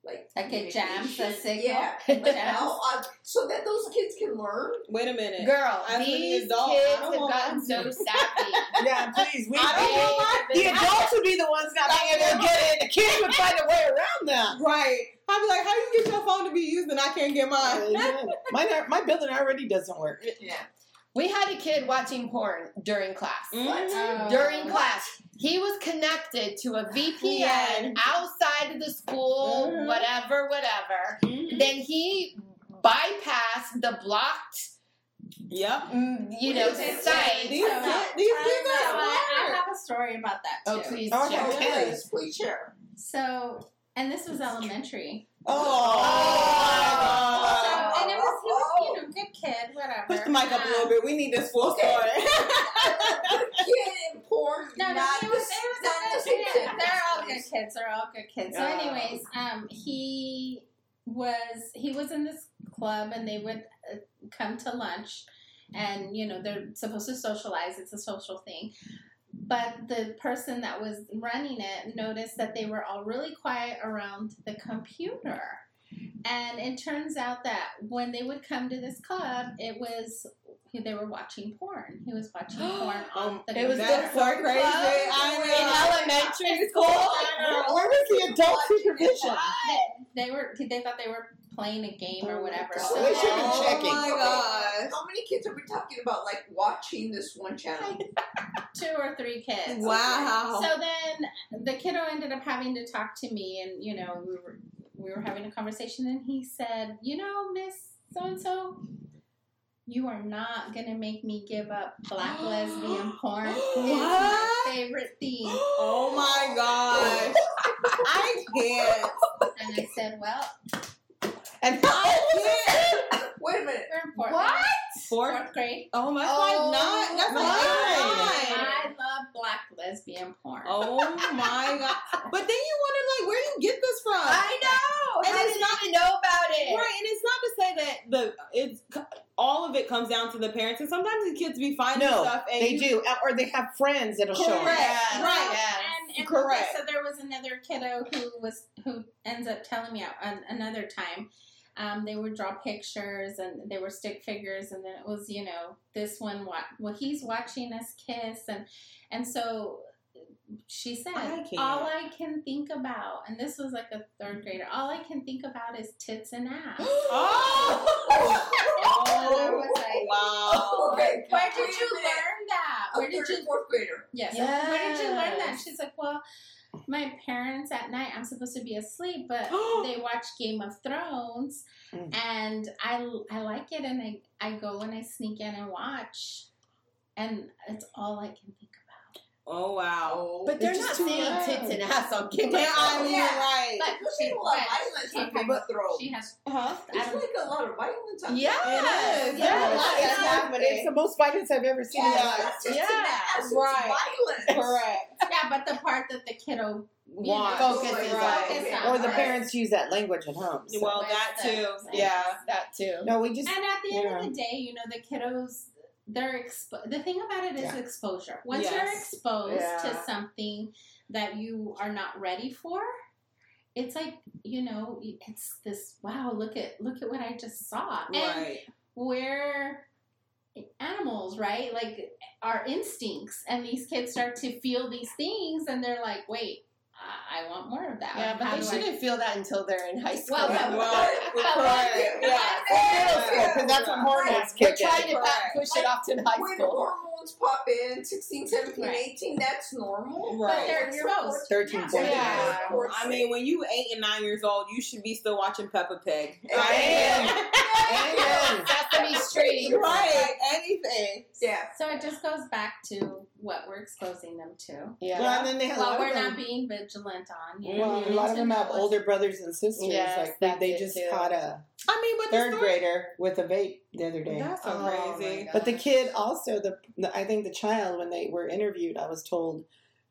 [SPEAKER 3] like
[SPEAKER 4] Like it jams the
[SPEAKER 3] communication.
[SPEAKER 4] signal?
[SPEAKER 3] Yeah,
[SPEAKER 4] It
[SPEAKER 3] Like,
[SPEAKER 4] jams?
[SPEAKER 3] how- uh, so that those kids can learn.
[SPEAKER 2] Wait a minute.
[SPEAKER 1] Girl,
[SPEAKER 2] As an
[SPEAKER 1] these
[SPEAKER 2] adult, I
[SPEAKER 1] kids
[SPEAKER 2] don't
[SPEAKER 1] have
[SPEAKER 2] want
[SPEAKER 1] gotten
[SPEAKER 2] mine
[SPEAKER 1] so
[SPEAKER 2] to.
[SPEAKER 1] sappy.
[SPEAKER 5] Yeah, please. We,
[SPEAKER 2] I don't want mine.
[SPEAKER 5] the adults would be the ones not being able to get it. The kids would find a way around that.
[SPEAKER 2] Right. I'd be like, how you get your phone to be used and I can't get mine?
[SPEAKER 5] Amen. Mine, are- my building already doesn't work.
[SPEAKER 3] Yeah,
[SPEAKER 1] We had a kid watching porn during class.
[SPEAKER 2] Mm. Mm-hmm.
[SPEAKER 4] Oh.
[SPEAKER 1] During class, he was connected to a VPN
[SPEAKER 2] Yeah.
[SPEAKER 1] outside of the school,
[SPEAKER 2] Mhm.
[SPEAKER 1] whatever, whatever.
[SPEAKER 2] Mhm.
[SPEAKER 1] Then he bypassed the blocked,
[SPEAKER 2] Yep.
[SPEAKER 1] mm, you
[SPEAKER 3] Wait,
[SPEAKER 1] know,
[SPEAKER 3] is it-
[SPEAKER 1] site.
[SPEAKER 2] These,
[SPEAKER 4] Time
[SPEAKER 2] kids,
[SPEAKER 4] out.
[SPEAKER 2] these
[SPEAKER 4] Time
[SPEAKER 2] kids
[SPEAKER 4] out.
[SPEAKER 2] are
[SPEAKER 4] Um, I I
[SPEAKER 2] smart.
[SPEAKER 4] have a story about that too.
[SPEAKER 1] Oh, please.
[SPEAKER 5] Oh,
[SPEAKER 1] check.
[SPEAKER 5] yeah. Okay.
[SPEAKER 3] please, please share.
[SPEAKER 4] So, and this was elementary.
[SPEAKER 5] Oh,
[SPEAKER 2] Oh.
[SPEAKER 4] So, and it was, he was, you know, good kid, whatever.
[SPEAKER 2] Push Oh. the mic up a little
[SPEAKER 4] Um,
[SPEAKER 2] bit. We need this full
[SPEAKER 3] Okay.
[SPEAKER 2] story.
[SPEAKER 3] Kid and porn,
[SPEAKER 4] No, no,
[SPEAKER 3] not
[SPEAKER 4] he was,
[SPEAKER 3] the-
[SPEAKER 4] he was
[SPEAKER 3] not the
[SPEAKER 4] a
[SPEAKER 3] same
[SPEAKER 4] good kid.
[SPEAKER 3] thing.
[SPEAKER 4] They're all good kids. They're all good kids. So,
[SPEAKER 2] Yeah.
[SPEAKER 4] anyways, um, he was he was in this club, and they would uh, come to lunch, and you know they're supposed to socialize. It's a social thing. But the person that was running it noticed that they were all really quiet around the computer. And it turns out that when they would come to this club, it was they were watching porn. He was watching porn on the
[SPEAKER 1] It was
[SPEAKER 4] computer.
[SPEAKER 2] That's
[SPEAKER 1] the
[SPEAKER 2] so
[SPEAKER 1] porn
[SPEAKER 2] crazy.
[SPEAKER 1] club
[SPEAKER 2] I
[SPEAKER 1] in elementary
[SPEAKER 2] Oh,
[SPEAKER 1] school.
[SPEAKER 5] Where was the adult supervision?
[SPEAKER 4] They were. They thought they were playing a game or whatever.
[SPEAKER 5] So they should be
[SPEAKER 2] Oh
[SPEAKER 5] checking.
[SPEAKER 2] my
[SPEAKER 3] Okay,
[SPEAKER 2] gosh.
[SPEAKER 3] How many kids are we talking about? Like watching this one channel?
[SPEAKER 4] two or three kids.
[SPEAKER 2] know. Wow.
[SPEAKER 4] So then the kiddo ended up having to talk to me, and you know we were we were having a conversation, and he said, you know, Miss So and So. You are not gonna make me give up black lesbian porn. It's my
[SPEAKER 2] What?
[SPEAKER 4] favorite theme.
[SPEAKER 2] oh my gosh. I can't.
[SPEAKER 4] And I said, Well,
[SPEAKER 5] And how old was this
[SPEAKER 3] Wait a minute.
[SPEAKER 4] we're in fourth
[SPEAKER 1] What?
[SPEAKER 4] grade.
[SPEAKER 2] Four.
[SPEAKER 4] Fourth grade.
[SPEAKER 2] Oh my
[SPEAKER 1] Oh
[SPEAKER 2] god. That's
[SPEAKER 1] my.
[SPEAKER 2] like nine.
[SPEAKER 4] I love black lesbian porn.
[SPEAKER 2] Oh my god. But then you wonder like where you get this from.
[SPEAKER 1] I know.
[SPEAKER 2] And
[SPEAKER 1] And I
[SPEAKER 2] it's
[SPEAKER 1] didn't
[SPEAKER 2] not-
[SPEAKER 1] even know about it.
[SPEAKER 2] Right, and it's not to say that the it's all of it comes down to the parents, and sometimes the kids be finding
[SPEAKER 5] No,
[SPEAKER 2] stuff. And
[SPEAKER 5] They
[SPEAKER 2] you,
[SPEAKER 5] do, Uh, or they have friends that'll show
[SPEAKER 2] Correct.
[SPEAKER 5] them.
[SPEAKER 2] Right.
[SPEAKER 4] And, and
[SPEAKER 2] Correct.
[SPEAKER 4] So there was another kiddo who was who ends up telling me an, another time. Um, they would draw pictures and they were stick figures, and then it was you know this one wa- well he's watching us kiss and and so she said
[SPEAKER 2] I can't.
[SPEAKER 4] all I can think about and this was like a third grader all I can think about is tits and ass.
[SPEAKER 2] Oh,
[SPEAKER 4] I was like,
[SPEAKER 2] wow.
[SPEAKER 3] Okay.
[SPEAKER 4] Where
[SPEAKER 3] wait
[SPEAKER 4] did
[SPEAKER 3] a
[SPEAKER 4] you
[SPEAKER 3] minute.
[SPEAKER 4] learn that?
[SPEAKER 3] A
[SPEAKER 4] Oh, Where Oh, did
[SPEAKER 3] third
[SPEAKER 4] you
[SPEAKER 3] and fourth grader?
[SPEAKER 4] Yes. Where did you learn that?
[SPEAKER 1] Yes.
[SPEAKER 4] She's like, well, my parents at night, I'm supposed to be asleep, but they watch Game of Thrones,
[SPEAKER 5] Mm.
[SPEAKER 4] and I I like it, and I I go and I sneak in and watch, and it's all I can think
[SPEAKER 2] Oh wow.
[SPEAKER 3] Oh,
[SPEAKER 1] But they're
[SPEAKER 5] It's
[SPEAKER 1] not
[SPEAKER 5] just too
[SPEAKER 1] seeing
[SPEAKER 5] loud.
[SPEAKER 1] tits and ass on camera.
[SPEAKER 2] Yeah, I mean,
[SPEAKER 3] Yeah.
[SPEAKER 2] right.
[SPEAKER 4] about.
[SPEAKER 3] There's a lot of violence on Game of Thrones.
[SPEAKER 4] She has.
[SPEAKER 2] huh?
[SPEAKER 4] I
[SPEAKER 3] It's
[SPEAKER 4] don't,
[SPEAKER 3] like a lot of violence on
[SPEAKER 1] Yeah.
[SPEAKER 2] It is.
[SPEAKER 1] Yeah.
[SPEAKER 2] There's a lot
[SPEAKER 5] Yes,
[SPEAKER 2] that's happening.
[SPEAKER 5] It's the most violence I've ever seen.
[SPEAKER 2] Yes.
[SPEAKER 5] in my life.
[SPEAKER 3] That's just
[SPEAKER 1] Yeah.
[SPEAKER 3] an essence
[SPEAKER 2] Right.
[SPEAKER 3] of violence.
[SPEAKER 2] Correct.
[SPEAKER 4] yeah, but the part that the kiddo
[SPEAKER 2] Why?
[SPEAKER 1] Focus
[SPEAKER 3] Right.
[SPEAKER 1] is on.
[SPEAKER 4] Focus on.
[SPEAKER 5] Or the
[SPEAKER 4] Right.
[SPEAKER 5] parents use that language at home. so.
[SPEAKER 2] Well, Oh, that too. Yeah.
[SPEAKER 1] that too.
[SPEAKER 5] no, we just
[SPEAKER 4] And at the end
[SPEAKER 5] Yeah.
[SPEAKER 4] of the day, you know, the kiddos, they're expo- the thing about it is
[SPEAKER 5] Yeah.
[SPEAKER 4] exposure. Once you're
[SPEAKER 2] Yes.
[SPEAKER 4] exposed to
[SPEAKER 2] Yeah.
[SPEAKER 4] something that you are not ready for, it's like, you know, it's this wow, look at look at what I just saw. And
[SPEAKER 2] Right.
[SPEAKER 4] we're animals, right? Like our instincts and these kids start to feel these things and they're like, "Wait, I, I want more of that."
[SPEAKER 1] Yeah, but
[SPEAKER 4] How
[SPEAKER 1] they
[SPEAKER 4] do I-
[SPEAKER 1] shouldn't feel that until they're in high school.
[SPEAKER 4] Well,
[SPEAKER 2] Right.
[SPEAKER 4] but-
[SPEAKER 2] Correct. Yeah.
[SPEAKER 5] middle school because that's when hormones
[SPEAKER 1] We're
[SPEAKER 5] kick in.
[SPEAKER 1] trying to not push it off to high
[SPEAKER 3] When
[SPEAKER 1] school.
[SPEAKER 3] hormones pop in, 16, 17,
[SPEAKER 4] Right.
[SPEAKER 3] 18, that's normal.
[SPEAKER 2] Right.
[SPEAKER 4] But they're exposed.
[SPEAKER 5] 13,
[SPEAKER 4] Yeah.
[SPEAKER 5] 14.
[SPEAKER 1] Yeah.
[SPEAKER 2] I mean, when you eight and nine years old, you should be still watching Peppa Pig.
[SPEAKER 5] Amen. Amen.
[SPEAKER 1] Sesame Street.
[SPEAKER 2] right. Anything.
[SPEAKER 3] Yeah.
[SPEAKER 4] So it just goes back to what we're exposing them to.
[SPEAKER 5] Well,
[SPEAKER 1] Yeah.
[SPEAKER 5] and then they have a lot of
[SPEAKER 4] Well, we're
[SPEAKER 5] them-
[SPEAKER 4] not being vigilant on. You
[SPEAKER 5] Well,
[SPEAKER 4] know,
[SPEAKER 5] a lot of them have
[SPEAKER 4] to-
[SPEAKER 5] older brothers and sisters.
[SPEAKER 1] Yes,
[SPEAKER 5] like
[SPEAKER 1] that's
[SPEAKER 5] they
[SPEAKER 1] it,
[SPEAKER 5] just
[SPEAKER 1] too.
[SPEAKER 5] caught a
[SPEAKER 2] I mean, but the
[SPEAKER 5] third
[SPEAKER 2] story-
[SPEAKER 5] grader with a vape the other day.
[SPEAKER 2] That's so
[SPEAKER 1] Oh,
[SPEAKER 2] crazy.
[SPEAKER 1] my God.
[SPEAKER 5] But the kid also the, the I think the child when they were interviewed, I was told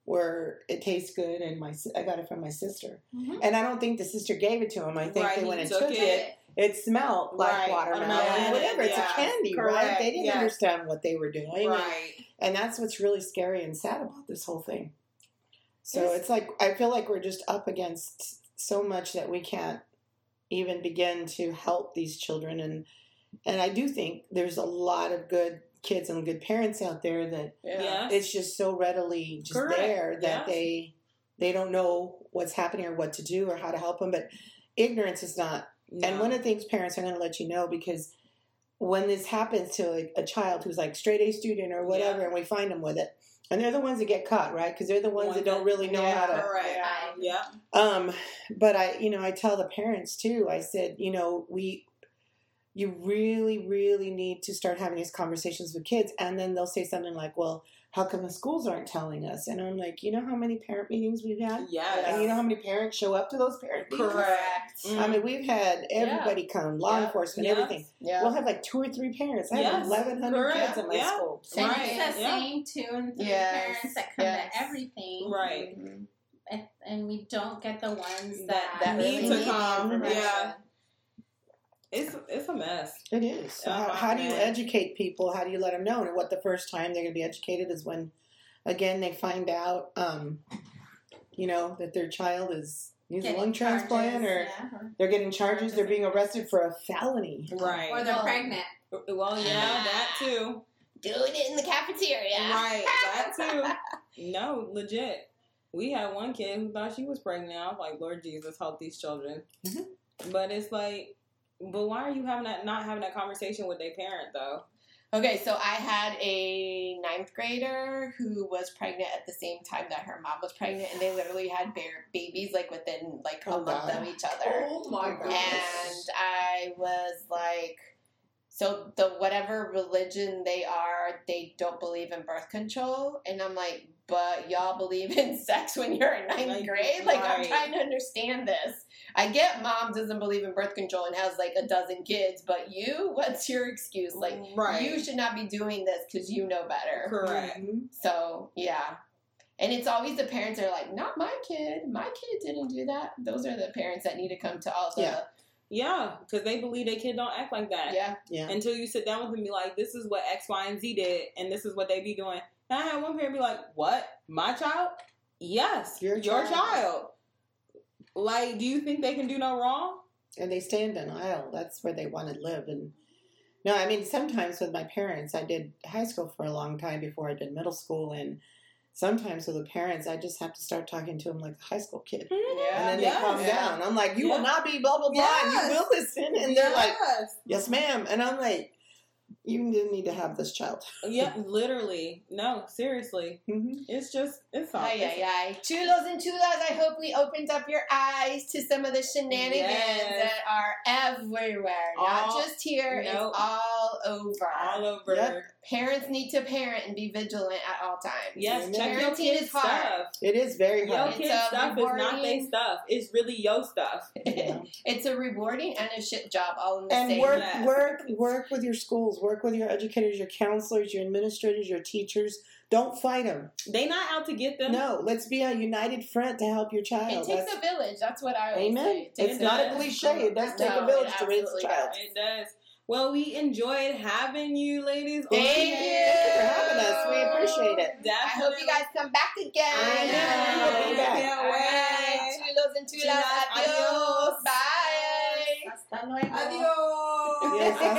[SPEAKER 5] were it tastes good, and my si- I got it from my sister,
[SPEAKER 4] Mhm.
[SPEAKER 5] and I don't think the sister gave it to him. I think
[SPEAKER 2] Right,
[SPEAKER 5] they
[SPEAKER 2] he
[SPEAKER 5] went and
[SPEAKER 2] took
[SPEAKER 5] took,
[SPEAKER 2] it.
[SPEAKER 5] it. it. smelled like
[SPEAKER 2] Right,
[SPEAKER 5] watermelon,
[SPEAKER 2] watermelon,
[SPEAKER 5] whatever. It's
[SPEAKER 2] yeah.
[SPEAKER 5] a candy, right?
[SPEAKER 2] Correct,
[SPEAKER 5] They didn't
[SPEAKER 2] yes.
[SPEAKER 5] understand what they were doing,
[SPEAKER 2] Right.
[SPEAKER 5] and that's what's really scary and sad about this whole thing. So
[SPEAKER 1] Yes.
[SPEAKER 5] it's like I feel like we're just up against so much that we can't even begin to help these children and and I do think there's a lot of good kids and good parents out there that
[SPEAKER 2] Yeah.
[SPEAKER 5] it's just so readily just
[SPEAKER 2] Correct.
[SPEAKER 5] there that
[SPEAKER 2] Yeah.
[SPEAKER 5] they they don't know what's happening or what to do or how to help them but ignorance is not and one of the things parents are going to let you know because when this happens to like a child who's like straight A student or whatever, and we find them with it, and they're the ones that get caught, right? Because they're the ones
[SPEAKER 2] Ones
[SPEAKER 5] that don't
[SPEAKER 2] that-
[SPEAKER 5] really know how to.
[SPEAKER 2] Correct.
[SPEAKER 4] I-
[SPEAKER 2] Yeah.
[SPEAKER 5] Um, but I, you know, I tell the parents too. I said, you know, we, you really, really need to start having these conversations with kids, and then they'll say something like, "Well, how come the schools aren't telling us?" And I'm like, you know, how many parent meetings we've had,
[SPEAKER 2] Yes.
[SPEAKER 5] and you know how many parents show up to those parent meetings.
[SPEAKER 2] Correct.
[SPEAKER 5] I mean, we've had everybody come, law
[SPEAKER 1] Yeah.
[SPEAKER 5] enforcement,
[SPEAKER 2] Mm. Yes.
[SPEAKER 5] everything.
[SPEAKER 1] Yeah.
[SPEAKER 5] We'll have like two or three parents. I have
[SPEAKER 2] Yes.
[SPEAKER 5] 1,100
[SPEAKER 2] Correct.
[SPEAKER 5] kids in my
[SPEAKER 2] Yeah.
[SPEAKER 5] school.
[SPEAKER 4] And
[SPEAKER 2] Right,
[SPEAKER 4] it's the
[SPEAKER 2] yeah.
[SPEAKER 4] same two and three
[SPEAKER 1] Yes,
[SPEAKER 4] parents that come
[SPEAKER 1] yes.
[SPEAKER 4] to everything,
[SPEAKER 2] Mm-hmm. Right.
[SPEAKER 1] Mhm.
[SPEAKER 4] and, and we don't get the ones that,
[SPEAKER 1] That- that
[SPEAKER 2] Need
[SPEAKER 1] really
[SPEAKER 2] to
[SPEAKER 1] need
[SPEAKER 2] come,
[SPEAKER 1] the information.
[SPEAKER 2] yeah. It's it's a mess.
[SPEAKER 5] It is. So how,
[SPEAKER 2] Oh,
[SPEAKER 5] how do you
[SPEAKER 2] man.
[SPEAKER 5] educate people? How do you let them know? And what the first time they're going to be educated is when, again, they find out, um, you know, that their child is using
[SPEAKER 4] Getting
[SPEAKER 5] a lung transplant
[SPEAKER 4] charges,
[SPEAKER 5] or
[SPEAKER 4] yeah, or,
[SPEAKER 5] they're getting charges, they're being arrested for a felony.
[SPEAKER 2] Right.
[SPEAKER 4] or they're
[SPEAKER 1] Well,
[SPEAKER 4] pregnant.
[SPEAKER 2] well, yeah, that too.
[SPEAKER 1] Doing it in the cafeteria.
[SPEAKER 2] Right. That too. No, legit. We had one kid who thought she was pregnant. I was like, Lord Jesus, help these children.
[SPEAKER 5] Mhm.
[SPEAKER 2] But it's like, but why are you having that? Not having that conversation with their parent though.
[SPEAKER 1] Okay, so I had a ninth grader who was pregnant at the same time that her mom was pregnant, and they literally had bare babies like within like a
[SPEAKER 5] Oh,
[SPEAKER 1] month
[SPEAKER 5] wow.
[SPEAKER 1] of each other.
[SPEAKER 3] Oh my
[SPEAKER 1] And I was like, so the whatever religion they are, they don't believe in birth control, and I'm like, but y'all believe in sex when you're in ninth
[SPEAKER 2] Like,
[SPEAKER 1] grade. Like I'm
[SPEAKER 2] right.
[SPEAKER 1] trying to understand this. I get mom doesn't believe in birth control and has like a dozen kids, but you, what's your excuse? Like
[SPEAKER 2] right.
[SPEAKER 1] you should not be doing this because you know better.
[SPEAKER 2] Correct.
[SPEAKER 5] Mhm.
[SPEAKER 1] So yeah, and it's always the parents that are like, not my kid. My kid didn't do that. Those are the parents that need to come to all the yeah.
[SPEAKER 5] Yeah.
[SPEAKER 2] Yeah, because they believe their kid don't act like that.
[SPEAKER 5] Yeah.
[SPEAKER 2] Until you sit down with them and be like, this is what X, Y, and Z did, and this is what they be doing. And I had one parent be like, what? My child? Yes,
[SPEAKER 5] Your
[SPEAKER 2] your,
[SPEAKER 5] child.
[SPEAKER 2] child. Like, do you think they can do no wrong?
[SPEAKER 5] and they stay in denial. That's where they want to live. And no, I mean, sometimes with my parents, I did high school for a long time before I did middle school. And sometimes with the parents, I just have to start talking to them like a high school kid. And then
[SPEAKER 2] Yes.
[SPEAKER 5] they calm down. I'm like, you
[SPEAKER 2] Yeah.
[SPEAKER 5] will not be blah, blah, blah.
[SPEAKER 2] Yes.
[SPEAKER 5] And you will listen. And they're like,
[SPEAKER 2] Yes.
[SPEAKER 5] yes, ma'am. And I'm like, you didn't need to have this child.
[SPEAKER 2] yeah, literally. No, seriously.
[SPEAKER 5] Mhm.
[SPEAKER 2] It's just, it's all.
[SPEAKER 1] Ay, ay, ay. Chulos and chulas, I hope we opened up your eyes to some of the shenanigans
[SPEAKER 2] Yes.
[SPEAKER 1] that are everywhere. Not
[SPEAKER 2] All-
[SPEAKER 1] just here,
[SPEAKER 2] Nope.
[SPEAKER 1] it's all over.
[SPEAKER 2] all over.
[SPEAKER 5] Yep.
[SPEAKER 1] Parents need to parent and be vigilant at all times.
[SPEAKER 2] Yes, check your
[SPEAKER 1] Parenting
[SPEAKER 2] kids'
[SPEAKER 1] is hard.
[SPEAKER 2] stuff.
[SPEAKER 5] It is very
[SPEAKER 2] Your
[SPEAKER 5] hard.
[SPEAKER 1] It's,
[SPEAKER 2] kids'
[SPEAKER 1] um,
[SPEAKER 2] stuff is not their
[SPEAKER 1] rewarding.
[SPEAKER 2] stuff. It's really your stuff.
[SPEAKER 5] you know.
[SPEAKER 1] It's a rewarding and a shit job all in the
[SPEAKER 5] And
[SPEAKER 1] same.
[SPEAKER 5] work,
[SPEAKER 2] Yes.
[SPEAKER 5] work, work with your schools, work with your educators, your counselors, your administrators, your teachers. Don't fight them.
[SPEAKER 2] They not out to get them.
[SPEAKER 5] No, let's be a united front to help your child.
[SPEAKER 1] It takes
[SPEAKER 5] That's-
[SPEAKER 1] a village. That's what I always
[SPEAKER 5] amen.
[SPEAKER 1] say. It takes
[SPEAKER 5] It's
[SPEAKER 2] a
[SPEAKER 5] not a
[SPEAKER 2] village.
[SPEAKER 5] cliche. It does take
[SPEAKER 1] No,
[SPEAKER 5] a village
[SPEAKER 1] it
[SPEAKER 5] to raise a
[SPEAKER 1] absolutely
[SPEAKER 5] child.
[SPEAKER 1] does.
[SPEAKER 2] It does. Well, we enjoyed having you, ladies. on
[SPEAKER 1] Thank
[SPEAKER 2] here.
[SPEAKER 1] you
[SPEAKER 5] for having us. We appreciate it.
[SPEAKER 2] Definitely.
[SPEAKER 1] I hope you guys come back again.
[SPEAKER 5] I know.
[SPEAKER 2] Yeah,
[SPEAKER 5] We'll be back.
[SPEAKER 2] can't
[SPEAKER 1] All right.
[SPEAKER 2] wait.
[SPEAKER 1] Chulos and chulas.
[SPEAKER 2] Chulas,
[SPEAKER 1] Adios.
[SPEAKER 2] adios.
[SPEAKER 1] Bye.
[SPEAKER 4] Hasta luego.
[SPEAKER 3] Adios.
[SPEAKER 5] Yes, that's